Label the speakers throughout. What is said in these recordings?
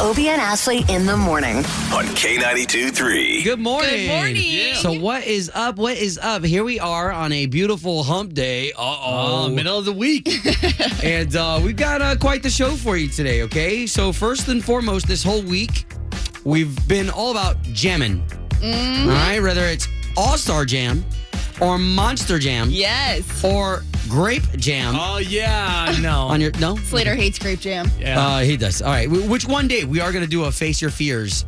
Speaker 1: Obie and Ashley in the morning.
Speaker 2: on K92 3.
Speaker 3: Good morning.
Speaker 4: Good morning.
Speaker 3: So what is up? What is up? Here we are on a beautiful hump day. Uh oh, middle of the week. and uh, we've got uh, quite the show for you today, okay? So first and foremost, this whole week, we've been all about jamming.
Speaker 5: Mm-hmm.
Speaker 3: All right, whether it's All-Star Jam or Monster Jam
Speaker 4: Yes.
Speaker 3: or Grape Jam.
Speaker 5: Oh yeah, no.
Speaker 3: On your no,
Speaker 4: Slater hates grape jam.
Speaker 5: yeah.
Speaker 3: uh, he does. All right, wh- which one day we are going to do a face your fears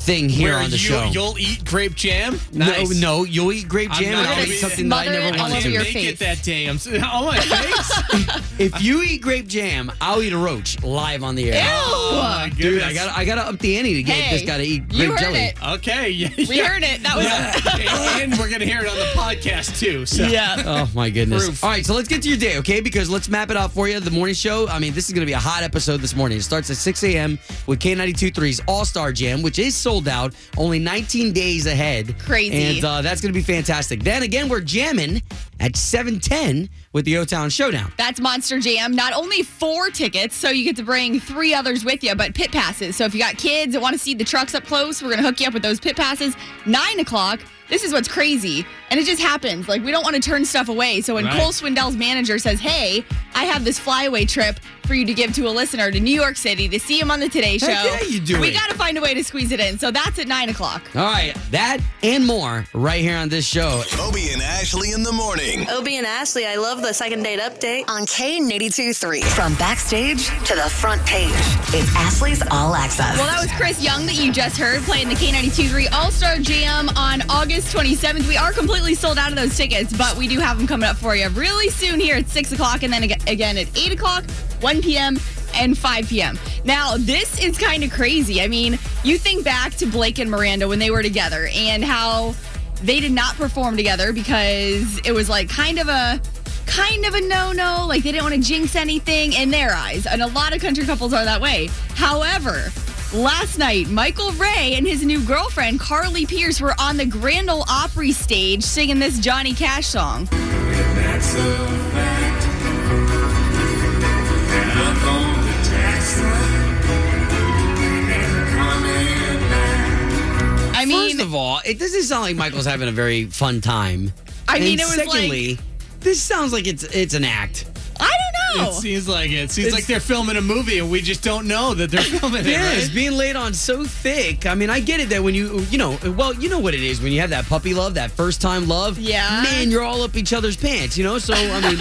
Speaker 3: thing here
Speaker 5: Where
Speaker 3: on the
Speaker 5: you,
Speaker 3: show.
Speaker 5: You'll eat grape jam. Nice.
Speaker 3: No, no, you'll eat grape
Speaker 5: I'm
Speaker 3: jam and
Speaker 5: not
Speaker 3: I'll
Speaker 5: gonna
Speaker 3: eat something that I
Speaker 4: smother
Speaker 3: never
Speaker 4: it all
Speaker 5: I
Speaker 3: wanted
Speaker 4: over
Speaker 5: didn't
Speaker 3: to.
Speaker 4: your
Speaker 5: make
Speaker 4: face.
Speaker 5: it that day. I'm so, oh my face.
Speaker 3: If you eat grape jam, I'll eat a roach live on the air.
Speaker 5: oh my
Speaker 3: Dude,
Speaker 5: goodness.
Speaker 3: I gotta, I gotta up the ante to get
Speaker 4: Hey,
Speaker 3: just gotta eat grape
Speaker 4: you heard
Speaker 3: jelly.
Speaker 4: it.
Speaker 5: Okay. Yeah,
Speaker 4: We
Speaker 5: yeah.
Speaker 4: heard it. That was
Speaker 5: Yeah. and we're gonna hear it on the podcast too. So.
Speaker 4: yeah.
Speaker 3: Oh my goodness!
Speaker 5: Proof.
Speaker 3: All right, so let's get to your day, okay? Because let's map it out for you. The morning show. I mean, this is going to be a hot episode this morning. It starts at 6 a.m. with K92.3's All Star Jam, which is sold out, only 19 days ahead.
Speaker 4: Crazy.
Speaker 3: And uh, that's going to be fantastic. Then again, we're jamming at 7:10 with the O Town Showdown.
Speaker 4: That's Monster Jam. Not only four tickets, so you get to bring three others with you, but pit passes. So if you got kids that want to see the trucks up close, we're going to hook you up with those pit passes. Nine o'clock. This is what's crazy. And it just happens. Like, we don't want to turn stuff away. So when
Speaker 5: Right.
Speaker 4: Cole Swindell's manager says, Hey, I have this flyaway trip for you to give to a listener to New York City to see him on the Today Show.
Speaker 3: Heck yeah, you do
Speaker 4: We
Speaker 3: it.
Speaker 4: got to find a way to squeeze it in. So that's at nine o'clock.
Speaker 3: All right, that and more right here on this show.
Speaker 2: Obie and Ashley in the morning.
Speaker 3: Oh.
Speaker 6: Obie and Ashley, I love the second date update.
Speaker 1: On K82.3. From backstage to the front page. It's Ashley's All Access.
Speaker 4: Well, that was Chris Young that you just heard playing the K92 3 All Star Jam on August 27th. We are completely sold out of those tickets, but we do have them coming up for you really soon here at 6 o'clock and then ag- again at 8 o'clock, 1 p.m., and 5 p.m. Now, this is kind of crazy. I mean, you think back to Blake and Miranda when they were together and how they did not perform together because it was like kind of a kind of a no-no like they didn't want to jinx anything in their eyes and a lot of country couples are that way however last night michael ray and his new girlfriend carly pierce were on the grand ole opry stage singing this johnny cash song
Speaker 7: That's a fact. And up on the tax line, and coming back.
Speaker 4: i mean
Speaker 3: First of all, it doesn't sound like Michael's having a very fun time.
Speaker 4: I
Speaker 3: And
Speaker 4: mean, it was like-
Speaker 3: secondly, this sounds like it's it's an act.
Speaker 4: i don't know
Speaker 5: It seems like it. Seems
Speaker 3: It's-
Speaker 5: like they're filming a movie and we just don't know that they're filming it.
Speaker 3: Yes,
Speaker 5: right?
Speaker 3: being laid on so thick. I mean, I get it that when you, you know, well, you know what it is when you have that puppy love, that first time love.
Speaker 4: Yeah.
Speaker 3: Man, you're all up each other's pants, you know? So, I mean,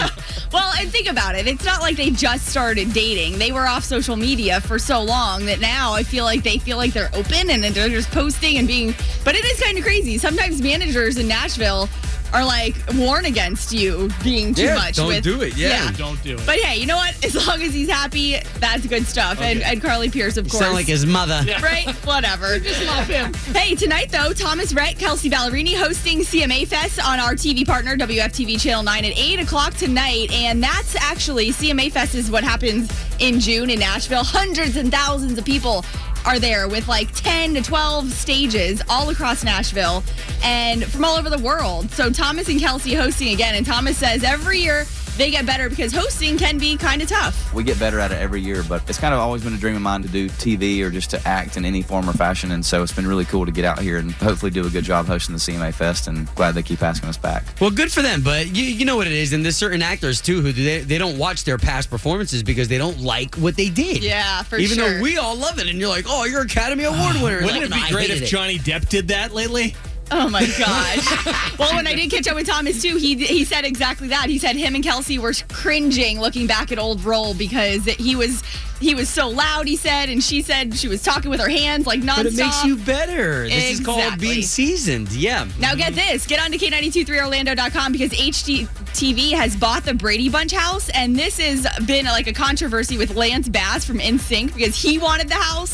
Speaker 4: Well, and think about it. It's not like they just started dating. They were off social media for so long that now I feel like they feel like they're open and then they're just posting and being. But it is kind of crazy. Sometimes managers in Nashville are like warn against you being too
Speaker 3: Yeah,
Speaker 4: much.
Speaker 3: don't
Speaker 4: with-
Speaker 3: do it. Yeah.
Speaker 5: Don't do it.
Speaker 4: But hey, you know what? As long as he's happy, that's good stuff. And,
Speaker 5: Okay.
Speaker 4: and Carly Pierce, of
Speaker 3: you
Speaker 4: course.
Speaker 3: sound like his mother.
Speaker 4: Right? Whatever. Just love him. Hey, tonight though, Thomas Rhett, Kelsey Ballerini hosting CMA Fest on our TV partner, WFTV Channel 9 at 8 o'clock tonight. And that's actually CMA Fest is what happens in June in Nashville. Hundreds and thousands of people are there with like 10 to 12 stages all across Nashville and from all over the world. So Thomas and Kelsey hosting again. And Thomas says every year they get better because hosting can be kind of tough.
Speaker 8: we get better at it every year, but it's kind of always been a dream of mine to do TV or just to act in any form or fashion. And so it's been really cool to get out here and hopefully do a good job hosting the CMA Fest. And glad they keep asking us back.
Speaker 3: Well, good for them, but you, you know what it is, and there's certain actors too who they, they don't watch their past performances because they don't like what they did.
Speaker 4: Yeah, for
Speaker 3: Even
Speaker 4: sure.
Speaker 3: though we all love it, and you're like, oh, you're Academy Award winner.
Speaker 5: Wouldn't
Speaker 3: Like,
Speaker 5: it
Speaker 3: no, I
Speaker 5: be great
Speaker 3: hated
Speaker 5: if
Speaker 3: it.
Speaker 5: Johnny Depp did that lately?
Speaker 4: Oh my gosh. well, when I did catch up with Thomas too, he he said exactly that. He said him and Kelsey were cringing looking back at old role because he was he was so loud, he said, and she said she was talking with her hands like nonstop.
Speaker 3: But it makes you better. This is called
Speaker 4: Exactly.
Speaker 3: being seasoned. Yeah.
Speaker 4: Now get this. Get on to K923Orlando.com because HGTV has bought the Brady Bunch house. And this has been like a controversy with Lance Bass from NSYNC because he wanted the house.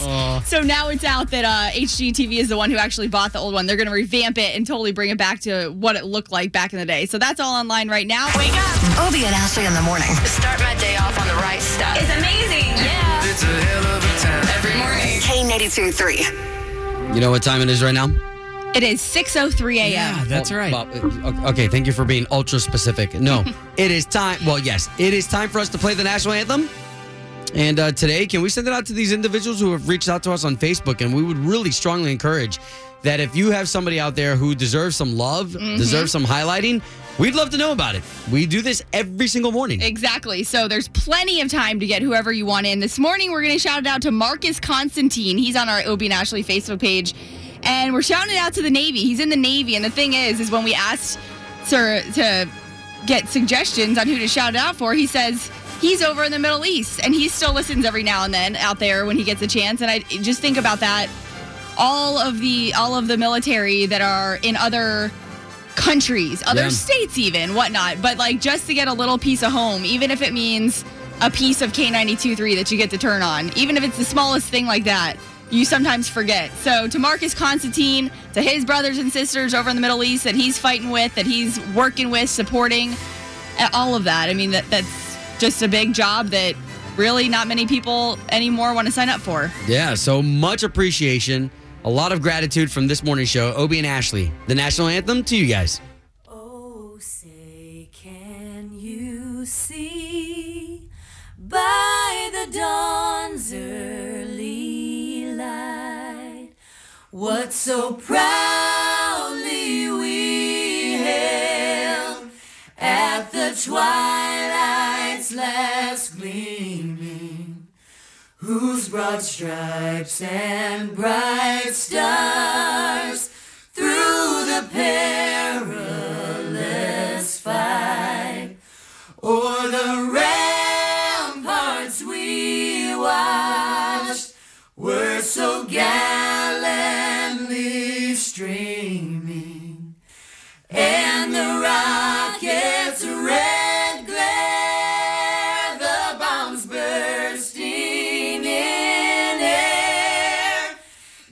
Speaker 4: So now it's out that uh, HGTV is the one who actually bought the old one. They're going to revamp it and totally bring it back to what it looked like back in the day. So that's all online right now. Wake up.
Speaker 1: Obie and Ashley in the morning.
Speaker 9: Start my day off on the right stuff.
Speaker 4: It's amazing. Yeah.
Speaker 9: It's a hell of a time. Every morning.
Speaker 1: K82 3.
Speaker 3: You know what time it is right now?
Speaker 4: It is 6.03 a.m.
Speaker 5: Yeah, that's
Speaker 3: Oh,
Speaker 5: right.
Speaker 3: Bob, uh, okay, thank you for being ultra specific. No, it is time. Well, yes, it is time for us to play the national anthem. And uh, today, can we send it out to these individuals who have reached out to us on Facebook? And we would really strongly encourage that if you have somebody out there who deserves some love, deserves some highlighting, we'd love to know about it. We do this every single morning.
Speaker 4: Exactly. So there's plenty of time to get whoever you want in. This morning, we're going to shout it out to Marcus Constantine. He's on our Obie and Ashley Facebook page. And we're shouting it out to the Navy. He's in the Navy. And the thing is, is when we asked to, to get suggestions on who to shout it out for, he says he's over in the Middle East. And he still listens every now and then out there when he gets a chance. And I just think about that. All of the all of the military that are in other countries, other
Speaker 3: Yeah.
Speaker 4: states, even whatnot. But like just to get a little piece of home, even if it means a piece of K92.3 that you get to turn on, even if it's the smallest thing like that, you sometimes forget. So to Marcus Constantine, to his brothers and sisters over in the Middle East that he's fighting with, that he's working with, supporting, and all of that. I mean, that that's just a big job that really not many people anymore want to sign up for.
Speaker 3: Yeah, so much appreciation, a lot of gratitude from this morning show, Obie and Ashley. The national anthem to you guys.
Speaker 10: Oh, say, can you see by the dawn's early light what so proudly we hailed at the twilight's last gleaming, whose broad stripes and bright stars through the perilous fight. O'er the ramparts we watched were so gallantly streaming, and the rockets' red glare, the bombs bursting in air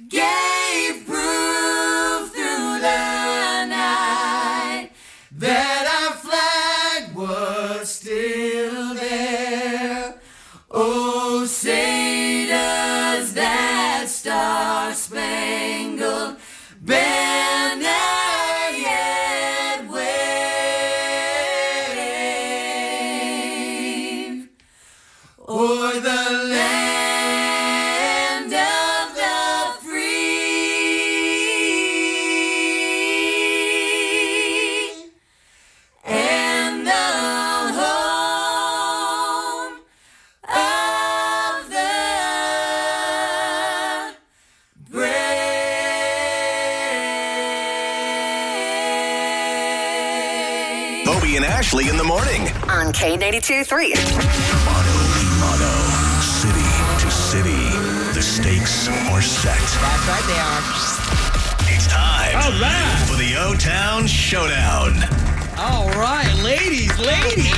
Speaker 10: gave proof through the night that our flag was still there. Oh, say does that star spangled banner yet wave? O'er the land of the free and the home of the brave.
Speaker 2: Obie and Ashley in the morning.
Speaker 1: On K82 3.
Speaker 2: Motto to motto, city to city. The stakes are set.
Speaker 3: That's right, they are.
Speaker 2: It's time
Speaker 3: All right.
Speaker 2: for the O Town Showdown.
Speaker 3: All right, ladies, ladies.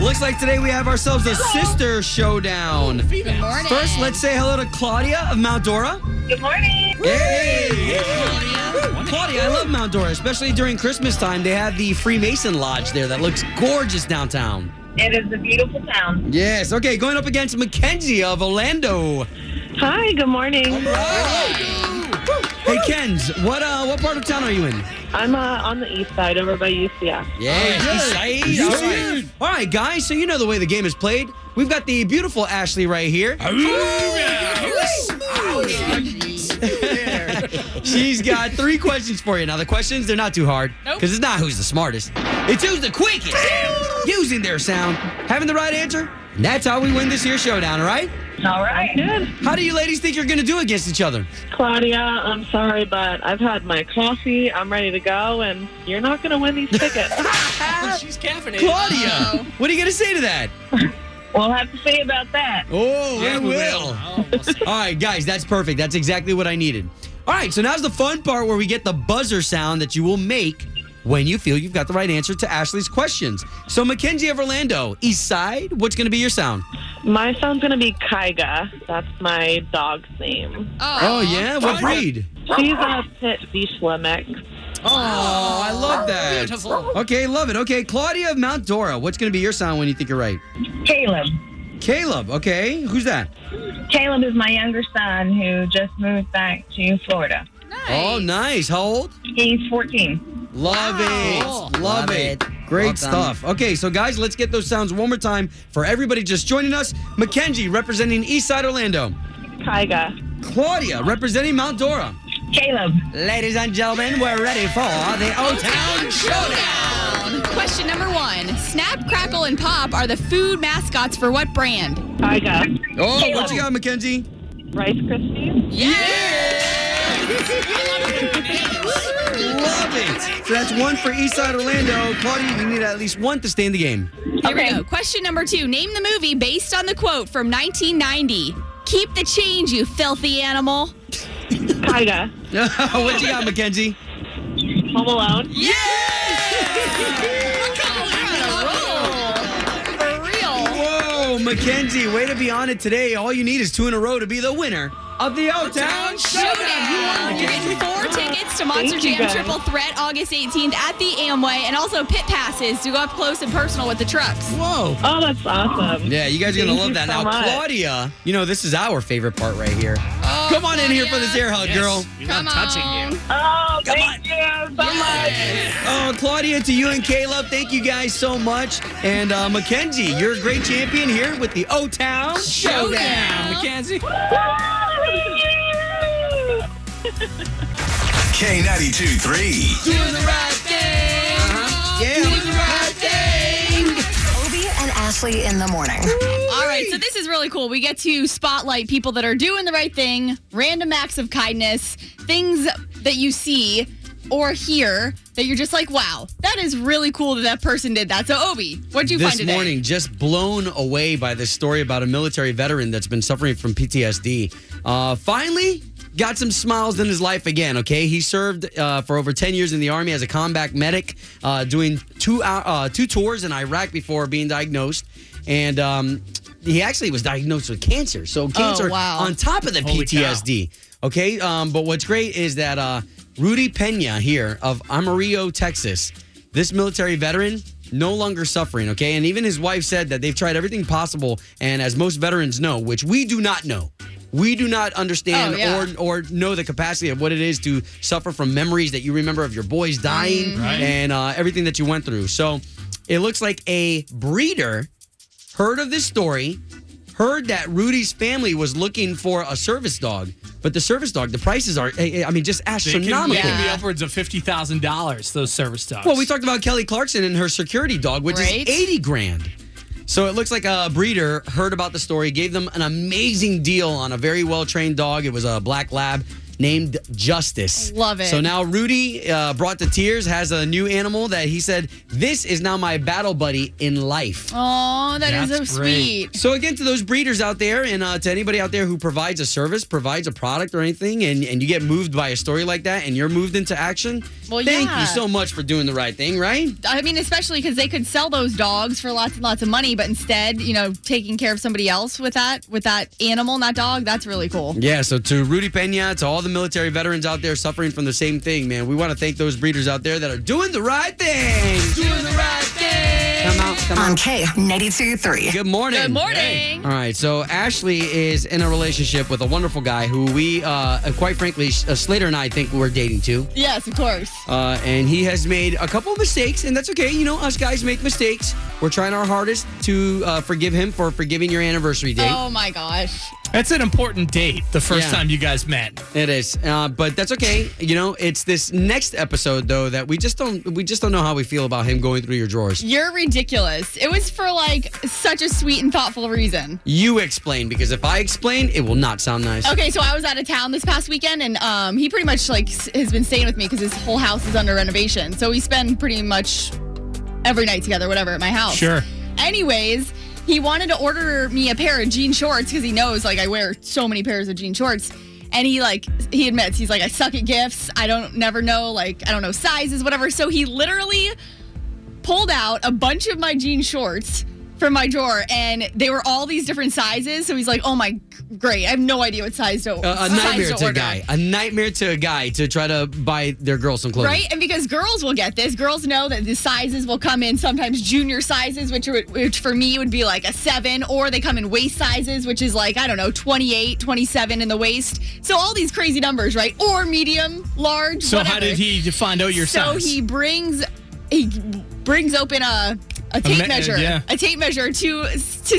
Speaker 3: Looks like today we have ourselves a sister showdown.
Speaker 4: Good morning.
Speaker 3: First, let's say hello to Claudia of Mount Dora. Good morning. Hey, Woo. Claudia, I love Mount Dora, especially during Christmas time. They have the Freemason Lodge there that looks gorgeous downtown.
Speaker 11: It is a beautiful town.
Speaker 3: Yes. Okay, going up against Mackenzie of Orlando.
Speaker 11: Hi, good morning.
Speaker 3: Hey, Kenz, what uh, what part of town are you in?
Speaker 11: I'm uh, on the east side over by UCF.
Speaker 3: Yeah,
Speaker 5: East Side.
Speaker 3: All
Speaker 5: East
Speaker 3: right.
Speaker 5: Side.
Speaker 3: All right, guys. So you know the way the game is played. We've got the beautiful Ashley right here. She's got three questions for you. Now the questions they're not too hard because it's not who's the smartest, it's who's the quickest using their sound, having the right answer. And that's how we win this here showdown. All right.
Speaker 11: All right. Good.
Speaker 3: How do you ladies think you're going to do against each other?
Speaker 11: Claudia, I'm sorry, but I've had my coffee. I'm ready to go, and you're not going to win these tickets.
Speaker 5: She's caffeinated.
Speaker 3: Claudia, what are you going to say to that?
Speaker 12: We'll have to see about that.
Speaker 3: Oh, we will. Oh, All right, guys, that's perfect. That's exactly what I needed. All right, so now's the fun part where we get the buzzer sound that you will make when you feel you've got the right answer to Ashley's questions. So, Mackenzie of Orlando, East Side, what's going to be your sound?
Speaker 12: My sound's going to be Kaiga. That's my dog's name.
Speaker 3: Oh, yeah? What breed?
Speaker 12: She's a pit Vizsla mix.
Speaker 3: Oh, I love that. Okay, love it. Okay, Claudia of Mount Dora, what's going to be your sound when you think you're right?
Speaker 13: Caleb.
Speaker 3: Caleb, okay. Who's that?
Speaker 13: Caleb is my younger son who just moved back to Florida.
Speaker 3: Oh, nice. How old?
Speaker 13: He's 14.
Speaker 3: Love it. Love, it. Great stuff. Okay, so guys, let's get those sounds one more time for everybody just joining us. Mackenzie representing Eastside Orlando.
Speaker 12: Kaiga.
Speaker 3: Claudia representing Mount Dora.
Speaker 13: Caleb.
Speaker 3: Ladies and gentlemen, we're ready for the O Town Showdown.
Speaker 4: Question number one Snap, Crackle, and Pop are the food mascots for what brand?
Speaker 12: Kaiga.
Speaker 3: Oh, what you got, Mackenzie?
Speaker 12: Rice Krispies.
Speaker 3: Love it. So that's one for Eastside Orlando. Claudia, you need at least one to stay in the game.
Speaker 4: Here we go. Question number two. Name the movie based on the quote from 1990. Keep the change, you filthy animal.
Speaker 12: Kaiga.
Speaker 3: what you got, Mackenzie?
Speaker 12: Home Alone.
Speaker 4: Yeah! For real.
Speaker 3: Whoa, Mackenzie, way to be on it today. All you need is two in a row to be the winner of the O Town
Speaker 4: Showdown. You're getting four tickets to Monster
Speaker 12: Thank you,
Speaker 4: Jam
Speaker 12: guys.
Speaker 4: Triple Threat August 18th at the Amway and also pit passes to go up close and personal with the trucks.
Speaker 3: Whoa.
Speaker 12: Oh, that's awesome.
Speaker 3: Yeah, you guys are gonna
Speaker 12: Thank
Speaker 3: love
Speaker 12: you
Speaker 3: that.
Speaker 12: so
Speaker 3: now,
Speaker 12: much.
Speaker 3: Claudia, you know this is our favorite part right here. Come on in here for this air hug, girl.
Speaker 4: Come on.
Speaker 12: Oh, thank you so
Speaker 3: Oh, Claudia, to you and Caleb, thank you guys so much. And uh, Mackenzie, you're a great champion here with the O Town
Speaker 4: Showdown.
Speaker 3: Mackenzie.
Speaker 12: much.
Speaker 2: K92 3.
Speaker 1: Obie and Ashley in the morning.
Speaker 4: All right, so this is really cool. We get to spotlight people that are doing the right thing, random acts of kindness, things that you see or hear that you're just like, wow, that is really cool that that person did that. So, Obi, what'd you find
Speaker 3: This
Speaker 4: today?
Speaker 3: morning, just blown away by this story about a military veteran that's been suffering from PTSD. Uh, finally, got some smiles in his life again. Okay, he served uh, for over ten years in the army as a combat medic, uh, doing two hou- uh, two tours in Iraq before being diagnosed, and. Um, he actually was diagnosed with cancer. So cancer
Speaker 4: Oh, wow.
Speaker 3: on top of the
Speaker 5: Holy cow.
Speaker 3: PTSD. Okay. Um, but what's great is that uh, Rudy Pena here of Amarillo, Texas, this military veteran, no longer suffering. Okay. And even his wife said that they've tried everything possible. And as most veterans know, which we do not know, we do not understand
Speaker 4: Oh, yeah.
Speaker 3: or, or know the capacity of what it is to suffer from memories that you remember of your boys dying
Speaker 4: Mm-hmm.
Speaker 5: Right.
Speaker 3: and uh, everything that you went through. So it looks like a breeder heard of this story, heard that Rudy's family was looking for a service dog, but the service dog, the prices are, eh, I I mean, just
Speaker 5: They can,
Speaker 3: astronomical.
Speaker 5: they can be upwards of fifty thousand dollars. Those service dogs.
Speaker 3: Well, we talked about Kelly Clarkson and her security dog, which
Speaker 4: Right.
Speaker 3: is 80 grand. So it looks like a breeder heard about the story, gave them an amazing deal on a very well trained dog. It was a black lab named Justice.
Speaker 4: I love it.
Speaker 3: So now Rudy, uh, brought to tears, has a new animal that he said, This is now my battle buddy in life.
Speaker 4: Oh, that is
Speaker 5: That's
Speaker 4: so
Speaker 5: great.
Speaker 4: sweet.
Speaker 3: So again, to those breeders out there, and uh, to anybody out there who provides a service, provides a product or anything, and, and you get moved by a story like that, and you're moved into action.
Speaker 4: Well,
Speaker 3: thank
Speaker 4: yeah.
Speaker 3: you so much for doing the right thing, right?
Speaker 4: I mean, especially because they could sell those dogs for lots and lots of money, but instead, you know, taking care of somebody else with that with that animal, not dog, that's really cool.
Speaker 3: Yeah. So to Rudy Pena, to all the military veterans out there suffering from the same thing, man, we want to thank those breeders out there that are doing the right thing. Doing the right thing. Come out, come
Speaker 1: On
Speaker 3: out.
Speaker 1: K92 3.
Speaker 3: Good morning.
Speaker 4: Good morning.
Speaker 3: All right, so Ashley is in a relationship with a wonderful guy who we, uh, quite frankly, uh, Slater and I think we're dating too.
Speaker 4: Yes, of course.
Speaker 3: Uh, and he has made a couple of mistakes, and that's okay. You know, us guys make mistakes. We're trying our hardest to uh, forgive him for forgiving your anniversary date.
Speaker 4: Oh my gosh.
Speaker 5: That's an important date. The first
Speaker 3: Yeah.
Speaker 5: time you guys met.
Speaker 3: It is, uh, but that's okay. You know, it's this next episode though that we just don't we just don't know how we feel about him going through your drawers.
Speaker 4: You're ridiculous. It was for like such a sweet and thoughtful reason.
Speaker 3: You explain because if I explain, it will not sound nice.
Speaker 4: Okay, so I was out of town this past weekend, and um, he pretty much like s- has been staying with me because his whole house is under renovation. So we spend pretty much every night together, whatever, at my house.
Speaker 5: Sure.
Speaker 4: Anyways, he wanted to order me a pair of jean shorts because he knows like I wear so many pairs of jean shorts. And he like he admits he's like I suck at gifts. I don't never know like I don't know sizes whatever. So he literally pulled out a bunch of my jean shorts from my drawer and they were all these different sizes. So he's like, "Oh my great. I have no idea what size to
Speaker 3: Uh, A, a
Speaker 4: size
Speaker 3: nightmare to
Speaker 4: to
Speaker 3: a
Speaker 4: order."
Speaker 3: guy. A nightmare to a guy to try to buy their girl some clothes.
Speaker 4: Right? And because girls will get this, girls know that the sizes will come in sometimes junior sizes, which, are, which for me would be like a seven, or they come in waist sizes, which is like, I don't know, 28, 27 in the waist. So all these crazy numbers, right? Or medium, large.
Speaker 5: So
Speaker 4: whatever.
Speaker 5: how did he find out your
Speaker 4: so
Speaker 5: size?
Speaker 4: he brings he brings open a a tape
Speaker 5: me-
Speaker 4: measure,
Speaker 5: yeah.
Speaker 4: a tape measure to to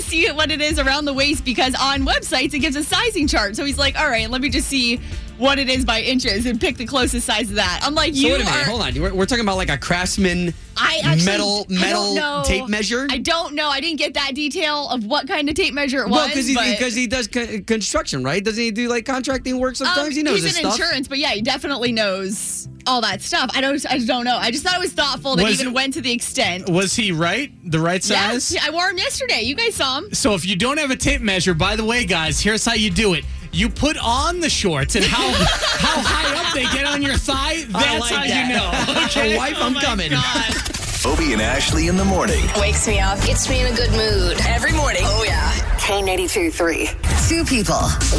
Speaker 4: see what it is around the waist because on websites it gives a sizing chart. So he's like, "All right, let me just see what it is by inches and pick the closest size of that." I'm like,
Speaker 3: So
Speaker 4: "You
Speaker 3: wait a minute,
Speaker 4: are."
Speaker 3: hold on. We're, we're talking about like a craftsman
Speaker 4: I actually,
Speaker 3: metal
Speaker 4: I don't
Speaker 3: metal
Speaker 4: know.
Speaker 3: tape measure.
Speaker 4: I don't know. I didn't get that detail of what kind of tape measure it
Speaker 3: well,
Speaker 4: was.
Speaker 3: because he
Speaker 4: but-
Speaker 3: because he does co- construction, right? Doesn't he do like contracting work sometimes?
Speaker 4: Um,
Speaker 3: he knows
Speaker 4: he's
Speaker 3: his
Speaker 4: in
Speaker 3: stuff.
Speaker 4: insurance, but yeah, he definitely knows all that stuff. I don't. I just don't know. I just thought it was thoughtful that
Speaker 5: Was-
Speaker 4: he even went to the extent.
Speaker 5: Was he right? The right size?
Speaker 4: Yes, I wore him yesterday. You guys saw him.
Speaker 5: So if you don't have a tape measure, by the way, guys, here's how you do it. You put on the shorts and how how high up they get on your thigh, that's
Speaker 7: like
Speaker 5: how
Speaker 7: that.
Speaker 5: you know. Okay. Oh
Speaker 7: Wife,
Speaker 5: I'm coming.
Speaker 2: Obie and Ashley in the morning.
Speaker 1: Wakes me up, gets me in a good mood every morning. Oh, yeah. K82 3. Two people,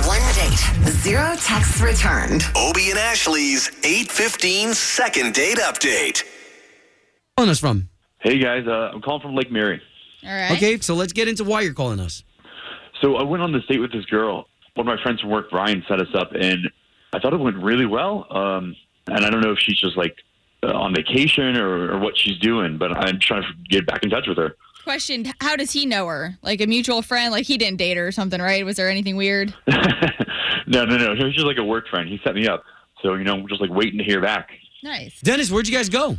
Speaker 1: one date, zero texts returned.
Speaker 2: Obie and Ashley's 815 second date update.
Speaker 3: Calling us from.
Speaker 14: Hey guys, uh, I'm calling from Lake Mary.
Speaker 4: All right.
Speaker 3: Okay, so let's get into why you're calling us.
Speaker 14: So I went on this date with this girl. One of my friends from work, Brian, set us up, and I thought it went really well. Um, and I don't know if she's just like uh, on vacation or, or what she's doing, but I'm trying to get back in touch with her.
Speaker 4: Questioned. How does he know her? Like a mutual friend? Like he didn't date her or something, right? Was there anything weird?
Speaker 14: No, no, no. She was just like a work friend. He set me up. So, you know, we're just like waiting to hear back.
Speaker 4: Nice.
Speaker 3: Dennis, where'd you guys go?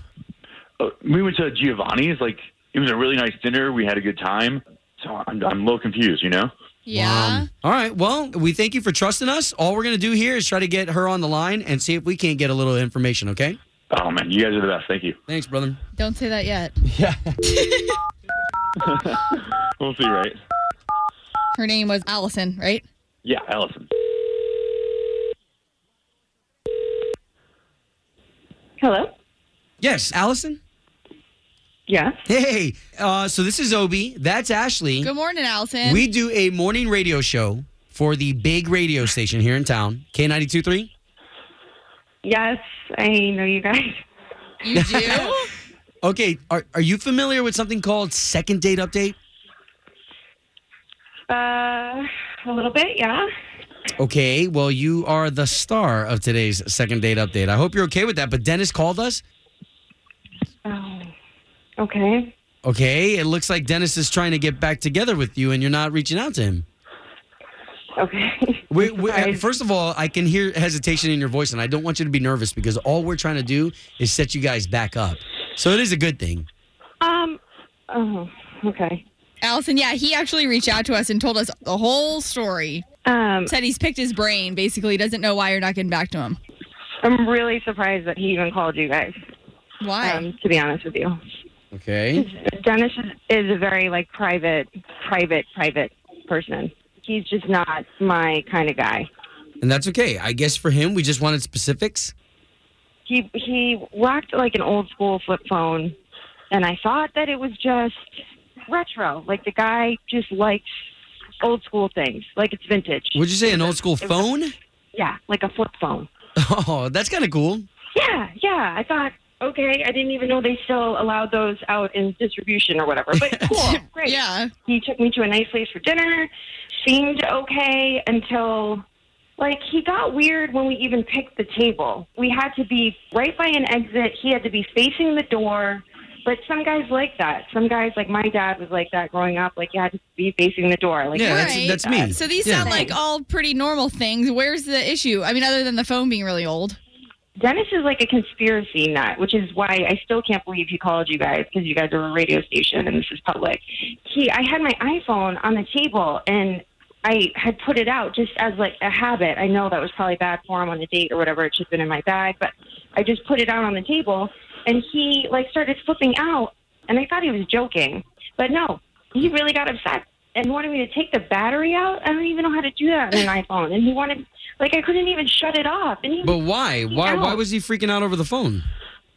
Speaker 14: Uh, we went to Giovanni's. Like, it was a really nice dinner. We had a good time. So I'm, I'm a little confused, you know?
Speaker 4: Yeah.
Speaker 3: Um, All right. Well, we thank you for trusting us. All we're going to do here is try to get her on the line and see if we can't get a little information, okay?
Speaker 14: Oh, man. You guys are the best. Thank you.
Speaker 3: Thanks, brother.
Speaker 4: Don't say that yet.
Speaker 14: We'll see, right?
Speaker 4: Her name was Allison, right?
Speaker 14: Yeah, Allison.
Speaker 3: Hello? Yes, Allison?
Speaker 10: Yes.
Speaker 3: Hey, uh, so this is Obie. That's Ashley.
Speaker 4: Good morning, Allison.
Speaker 3: We do a morning radio show for the big radio station here in town, K92.3.
Speaker 10: Yes, I know you guys.
Speaker 4: You do?
Speaker 3: Okay, are, are you familiar with something called Second Date Update?
Speaker 10: Uh, a little bit, yeah.
Speaker 3: Okay, well, you are the star of today's Second Date Update. I hope you're okay with that, but Dennis called us.
Speaker 10: Oh, okay.
Speaker 3: Okay, it looks like Dennis is trying to get back together with you and you're not reaching out to him.
Speaker 10: Okay.
Speaker 3: We, we, uh, first of all, I can hear hesitation in your voice, and I don't want you to be nervous because all we're trying to do is set you guys back up. So it is a good thing.
Speaker 10: Um, oh, okay.
Speaker 4: Allison, yeah, he actually reached out to us and told us the whole story.
Speaker 10: Um,
Speaker 4: Said he's picked his brain, basically. He doesn't know why you're not getting back to him.
Speaker 10: I'm really surprised that he even called you guys.
Speaker 4: Why?
Speaker 10: Um, to be honest with you,
Speaker 3: Okay.
Speaker 10: Dennis is, is a very like private, private, private person. He's just not my kind of guy.
Speaker 3: And that's okay. I guess for him, we just wanted specifics.
Speaker 10: he he rocked like an old school flip phone, and I thought that it was just retro. Like the guy just likes old school things, like it's vintage.
Speaker 3: Would you say an old school
Speaker 10: It was-
Speaker 3: phone?
Speaker 10: Yeah, like a flip phone.
Speaker 3: Oh, that's kind of cool.
Speaker 10: Yeah, yeah. I thought, okay, I didn't even know they still allowed those out in distribution or whatever. But cool, great.
Speaker 4: Yeah.
Speaker 10: He took me to a nice place for dinner. Seemed okay until, like, he got weird when we even picked the table. We had to be right by an exit. He had to be facing the door. But some guys like that. Some guys, like my dad, was like that growing up. Like, you had to be facing the door. Like,
Speaker 4: Right. So these sound like all pretty normal things. Where's the issue? I mean, other than the phone being really old.
Speaker 10: Dennis is like a conspiracy nut, which is why I still can't believe he called you guys because you guys are a radio station and this is public. He, I had my iPhone on the table and I had put it out just as like a habit. I know that was probably bad for him on a date or whatever. It should have been in my bag, but I just put it out on the table and he like started flipping out and I thought he was joking, but no, he really got upset and wanted me to take the battery out. I don't even know how to do that on an iPhone. And he wanted, like, I couldn't even shut it off. And he,
Speaker 3: But why? Why?
Speaker 10: No.
Speaker 3: Why was he freaking out over the phone?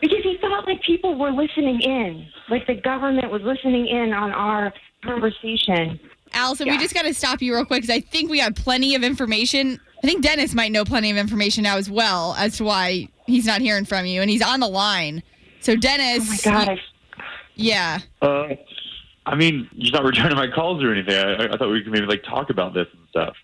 Speaker 10: because he thought like people were listening in, like the government was listening in on our conversation.
Speaker 4: Allison, we
Speaker 10: Yeah.
Speaker 4: just got to stop you real quick because I think we have plenty of information. I think Dennis might know plenty of information now as well as to why he's not hearing from you, and he's on the line. So, Dennis.
Speaker 10: Oh my God,
Speaker 4: yeah.
Speaker 14: Uh, I mean, you're not returning my calls or anything. I, I- I thought we could maybe like talk about this and stuff.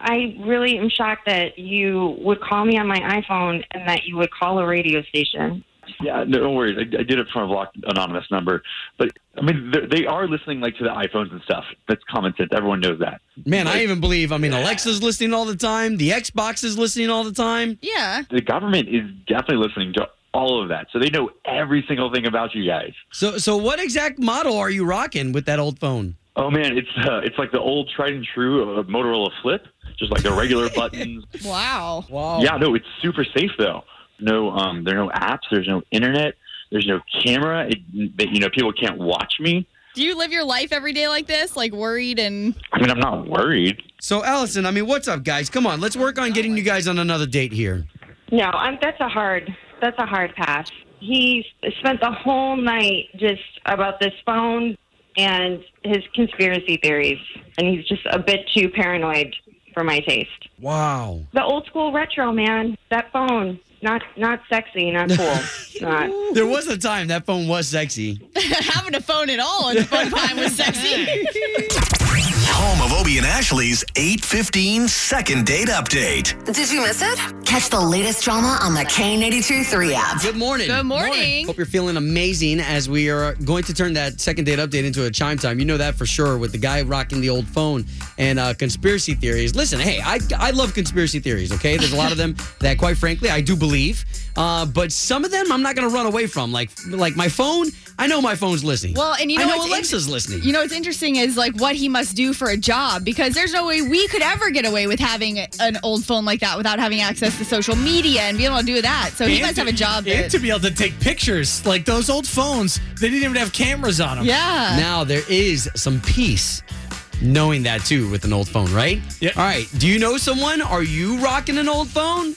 Speaker 10: I really am shocked that you would call me on my iPhone and that you would call a radio station.
Speaker 14: Yeah, no, no worries. I, I did it from a blocked anonymous number, but I mean, they're- they are listening like to the iPhones and stuff. That's common sense. Everyone knows that.
Speaker 3: Man, I even believe. I mean, Alexa's listening all the time. The Xbox is listening all the time.
Speaker 4: Yeah.
Speaker 14: The government is definitely listening to all of that, so they know every single thing about you guys.
Speaker 3: So, so what exact model are you rocking with that old phone?
Speaker 14: Oh man, it's uh, it's like the old tried and true of a Motorola Flip, just like the regular buttons.
Speaker 4: Wow.
Speaker 3: Wow.
Speaker 14: Yeah, no, it's super safe though. No, um, there are no apps. There's no internet. There's no camera. It, that, you know, people can't watch me.
Speaker 4: Do you live your life every day like this, like worried and
Speaker 14: I mean, I'm not worried.
Speaker 3: So, Allison, I mean, what's up, guys? Come on, let's work on getting you guys on another date here.
Speaker 10: No, I'm, that's a hard that's a hard pass. He spent the whole night just about this phone and his conspiracy theories, and he's just a bit too paranoid for my taste.
Speaker 3: Wow.
Speaker 10: The old school retro man, that phone, not not sexy, not cool, not.
Speaker 3: There was a time that phone was sexy.
Speaker 4: having a phone at all at the phone time was sexy?
Speaker 2: Home of Obie and Ashley's 815 second date update.
Speaker 1: Did you miss it? Catch the latest drama on the K82 3 app.
Speaker 3: Good morning.
Speaker 1: Good morning. Morning.
Speaker 3: Hope you're feeling amazing as we are going to turn that second date update into a chime time. You know that for sure with the guy rocking the old phone and uh, conspiracy theories. Listen, hey, I, I love conspiracy theories, okay? There's a lot of them that, quite frankly, I do believe. Uh, but some of them I'm not going to run away from. Like, like my phone, I know my phone's listening.
Speaker 4: Well, and you know
Speaker 3: I know
Speaker 4: what's in-
Speaker 3: Alexa's listening.
Speaker 4: You know what's interesting is like what he must do for a job because there's no way we could ever get away with having an old phone like that without having access to social media and being able to do that. So he
Speaker 5: And
Speaker 4: must
Speaker 5: to-
Speaker 4: have a job.
Speaker 5: And
Speaker 4: that-
Speaker 5: to be able to take pictures. Like those old phones, they didn't even have cameras on them.
Speaker 4: Yeah.
Speaker 3: Now there is some peace knowing that too with an old phone, right? Yeah. All right. Do you know someone? Are you rocking an old phone?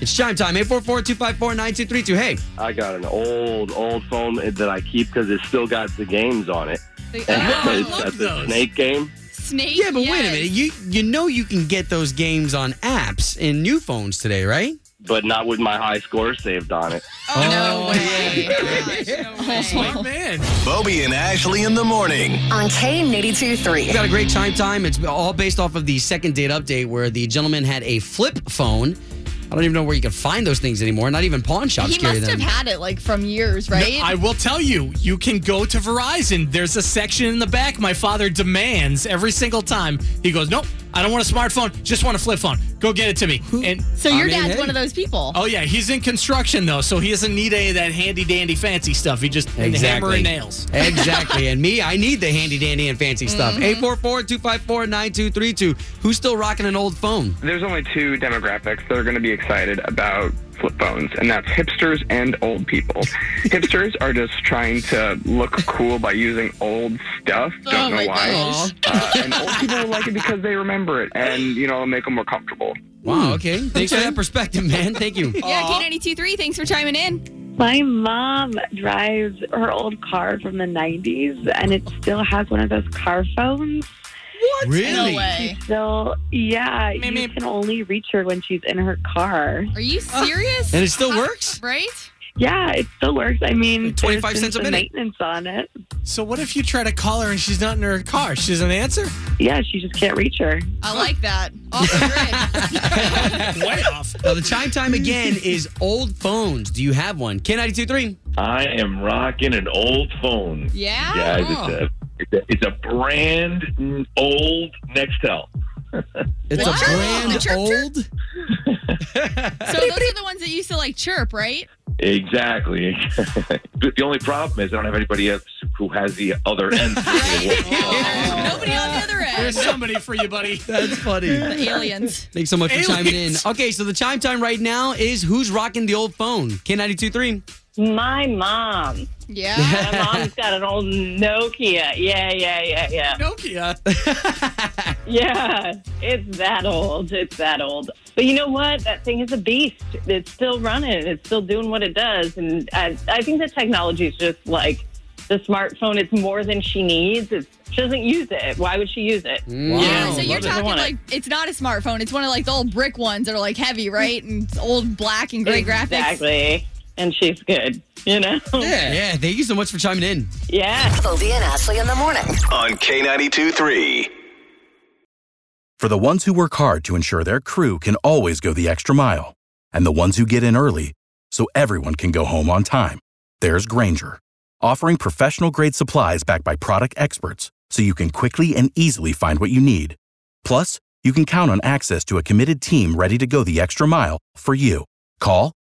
Speaker 3: It's chime time. 844-254-9232. Hey.
Speaker 15: I got an old, old phone that I keep because it's still got the games on it.
Speaker 4: The-
Speaker 15: it's got the snake game.
Speaker 4: Snake.
Speaker 3: Yeah, but wait a minute. You you know you can get those games on apps in new phones today, right?
Speaker 15: But not with my high score saved on it.
Speaker 4: Oh, no
Speaker 3: way.
Speaker 5: Oh, man.
Speaker 2: Obie and Ashley in the morning.
Speaker 1: On K82 3.
Speaker 3: We got a great chime time. It's all based off of the second date update where the gentleman had a flip phone. I don't even know where you can find those things anymore. Not even pawn shops
Speaker 4: He
Speaker 3: carry
Speaker 4: must
Speaker 3: them.
Speaker 4: have had it like from years,
Speaker 5: No,
Speaker 4: right?
Speaker 5: I will tell you, you can go to Verizon. There's a section in the back my father demands every single time. He goes, Nope, I don't want a smartphone, just want a flip phone. Go get it to me. And
Speaker 4: so your dad's one of those people.
Speaker 5: Oh yeah, he's in construction though, so he doesn't need any of that handy dandy fancy stuff. He just and hammer and nails.
Speaker 3: exactly. And me, I need the handy dandy and fancy stuff. 844 254 9232. Who's still rocking an old phone?
Speaker 16: There's only two demographics that are going to be excited about flip phones, and that's hipsters and old people. hipsters are just trying to look cool by using old stuff. Don't
Speaker 7: Oh,
Speaker 16: know
Speaker 7: my
Speaker 16: why.
Speaker 7: gosh.
Speaker 16: Uh, and old people will like it because they remember it, and you know, it'll make them more comfortable.
Speaker 3: Wow, okay.
Speaker 4: Mm.
Speaker 3: Thanks for that perspective, man. Thank you.
Speaker 4: Yeah, K923, thanks for chiming in.
Speaker 17: My mom drives her old car from the 90s and it still has one of those car phones.
Speaker 3: What?
Speaker 4: Really? No way.
Speaker 17: She still, yeah,
Speaker 4: Meep,
Speaker 17: you
Speaker 4: meep.
Speaker 17: can only reach her when she's in her car.
Speaker 4: Are you serious?
Speaker 3: And it still works?
Speaker 4: Right?
Speaker 17: Yeah, it still works. I mean, there's
Speaker 5: 25
Speaker 17: been
Speaker 5: cents a
Speaker 17: some
Speaker 5: minute.
Speaker 17: Maintenance on it.
Speaker 5: So what if you try to call her and she's not in her car? She doesn't answer?
Speaker 17: Yeah, she just can't reach her.
Speaker 4: I like that. Off the grid.
Speaker 5: Way off.
Speaker 3: Now, the chime time again is old phones. Do you have one? K923.
Speaker 18: I am rocking an old phone.
Speaker 4: Yeah?
Speaker 18: Guys,
Speaker 4: Oh.
Speaker 18: it's, a, it's, a, it's a brand n- old Nextel.
Speaker 3: It's
Speaker 4: What?
Speaker 3: a brand
Speaker 4: The chirp,
Speaker 3: old.
Speaker 4: So those are the ones that used to like chirp, right?
Speaker 18: Exactly. the the only problem is I don't have anybody else
Speaker 14: who has the other end. to the world.
Speaker 4: Nobody on the other end.
Speaker 5: There's somebody for you, buddy.
Speaker 3: That's funny.
Speaker 4: The aliens.
Speaker 3: Thanks so much for chiming in.
Speaker 5: Aliens.
Speaker 3: Okay, so the chime time right now is who's rocking the old phone? K92.3.
Speaker 10: My mom.
Speaker 4: Yeah.
Speaker 10: My mom's got an old Nokia. Yeah, yeah, yeah, yeah.
Speaker 5: Nokia.
Speaker 10: Yeah, it's that old. It's that old. But you know what? That thing is a beast. It's still running. It's still doing what it does. And I, I think the technology is just like the smartphone. It's more than she needs. It's, she doesn't use it. Why would she use it?
Speaker 4: Yeah, so you're talking like it's not a smartphone. It's one of like the old brick ones that are like heavy, right? And it's old black and gray graphics.
Speaker 10: Exactly. And she's good, you know?
Speaker 3: Yeah. Yeah, thank you so much for chiming in.
Speaker 10: Yeah.
Speaker 1: Obie and Ashley in the morning.
Speaker 2: On K92 3.
Speaker 19: For the ones who work hard to ensure their crew can always go the extra mile, and the ones who get in early so everyone can go home on time, there's Granger, offering professional grade supplies backed by product experts so you can quickly and easily find what you need. Plus, you can count on access to a committed team ready to go the extra mile for you. Call,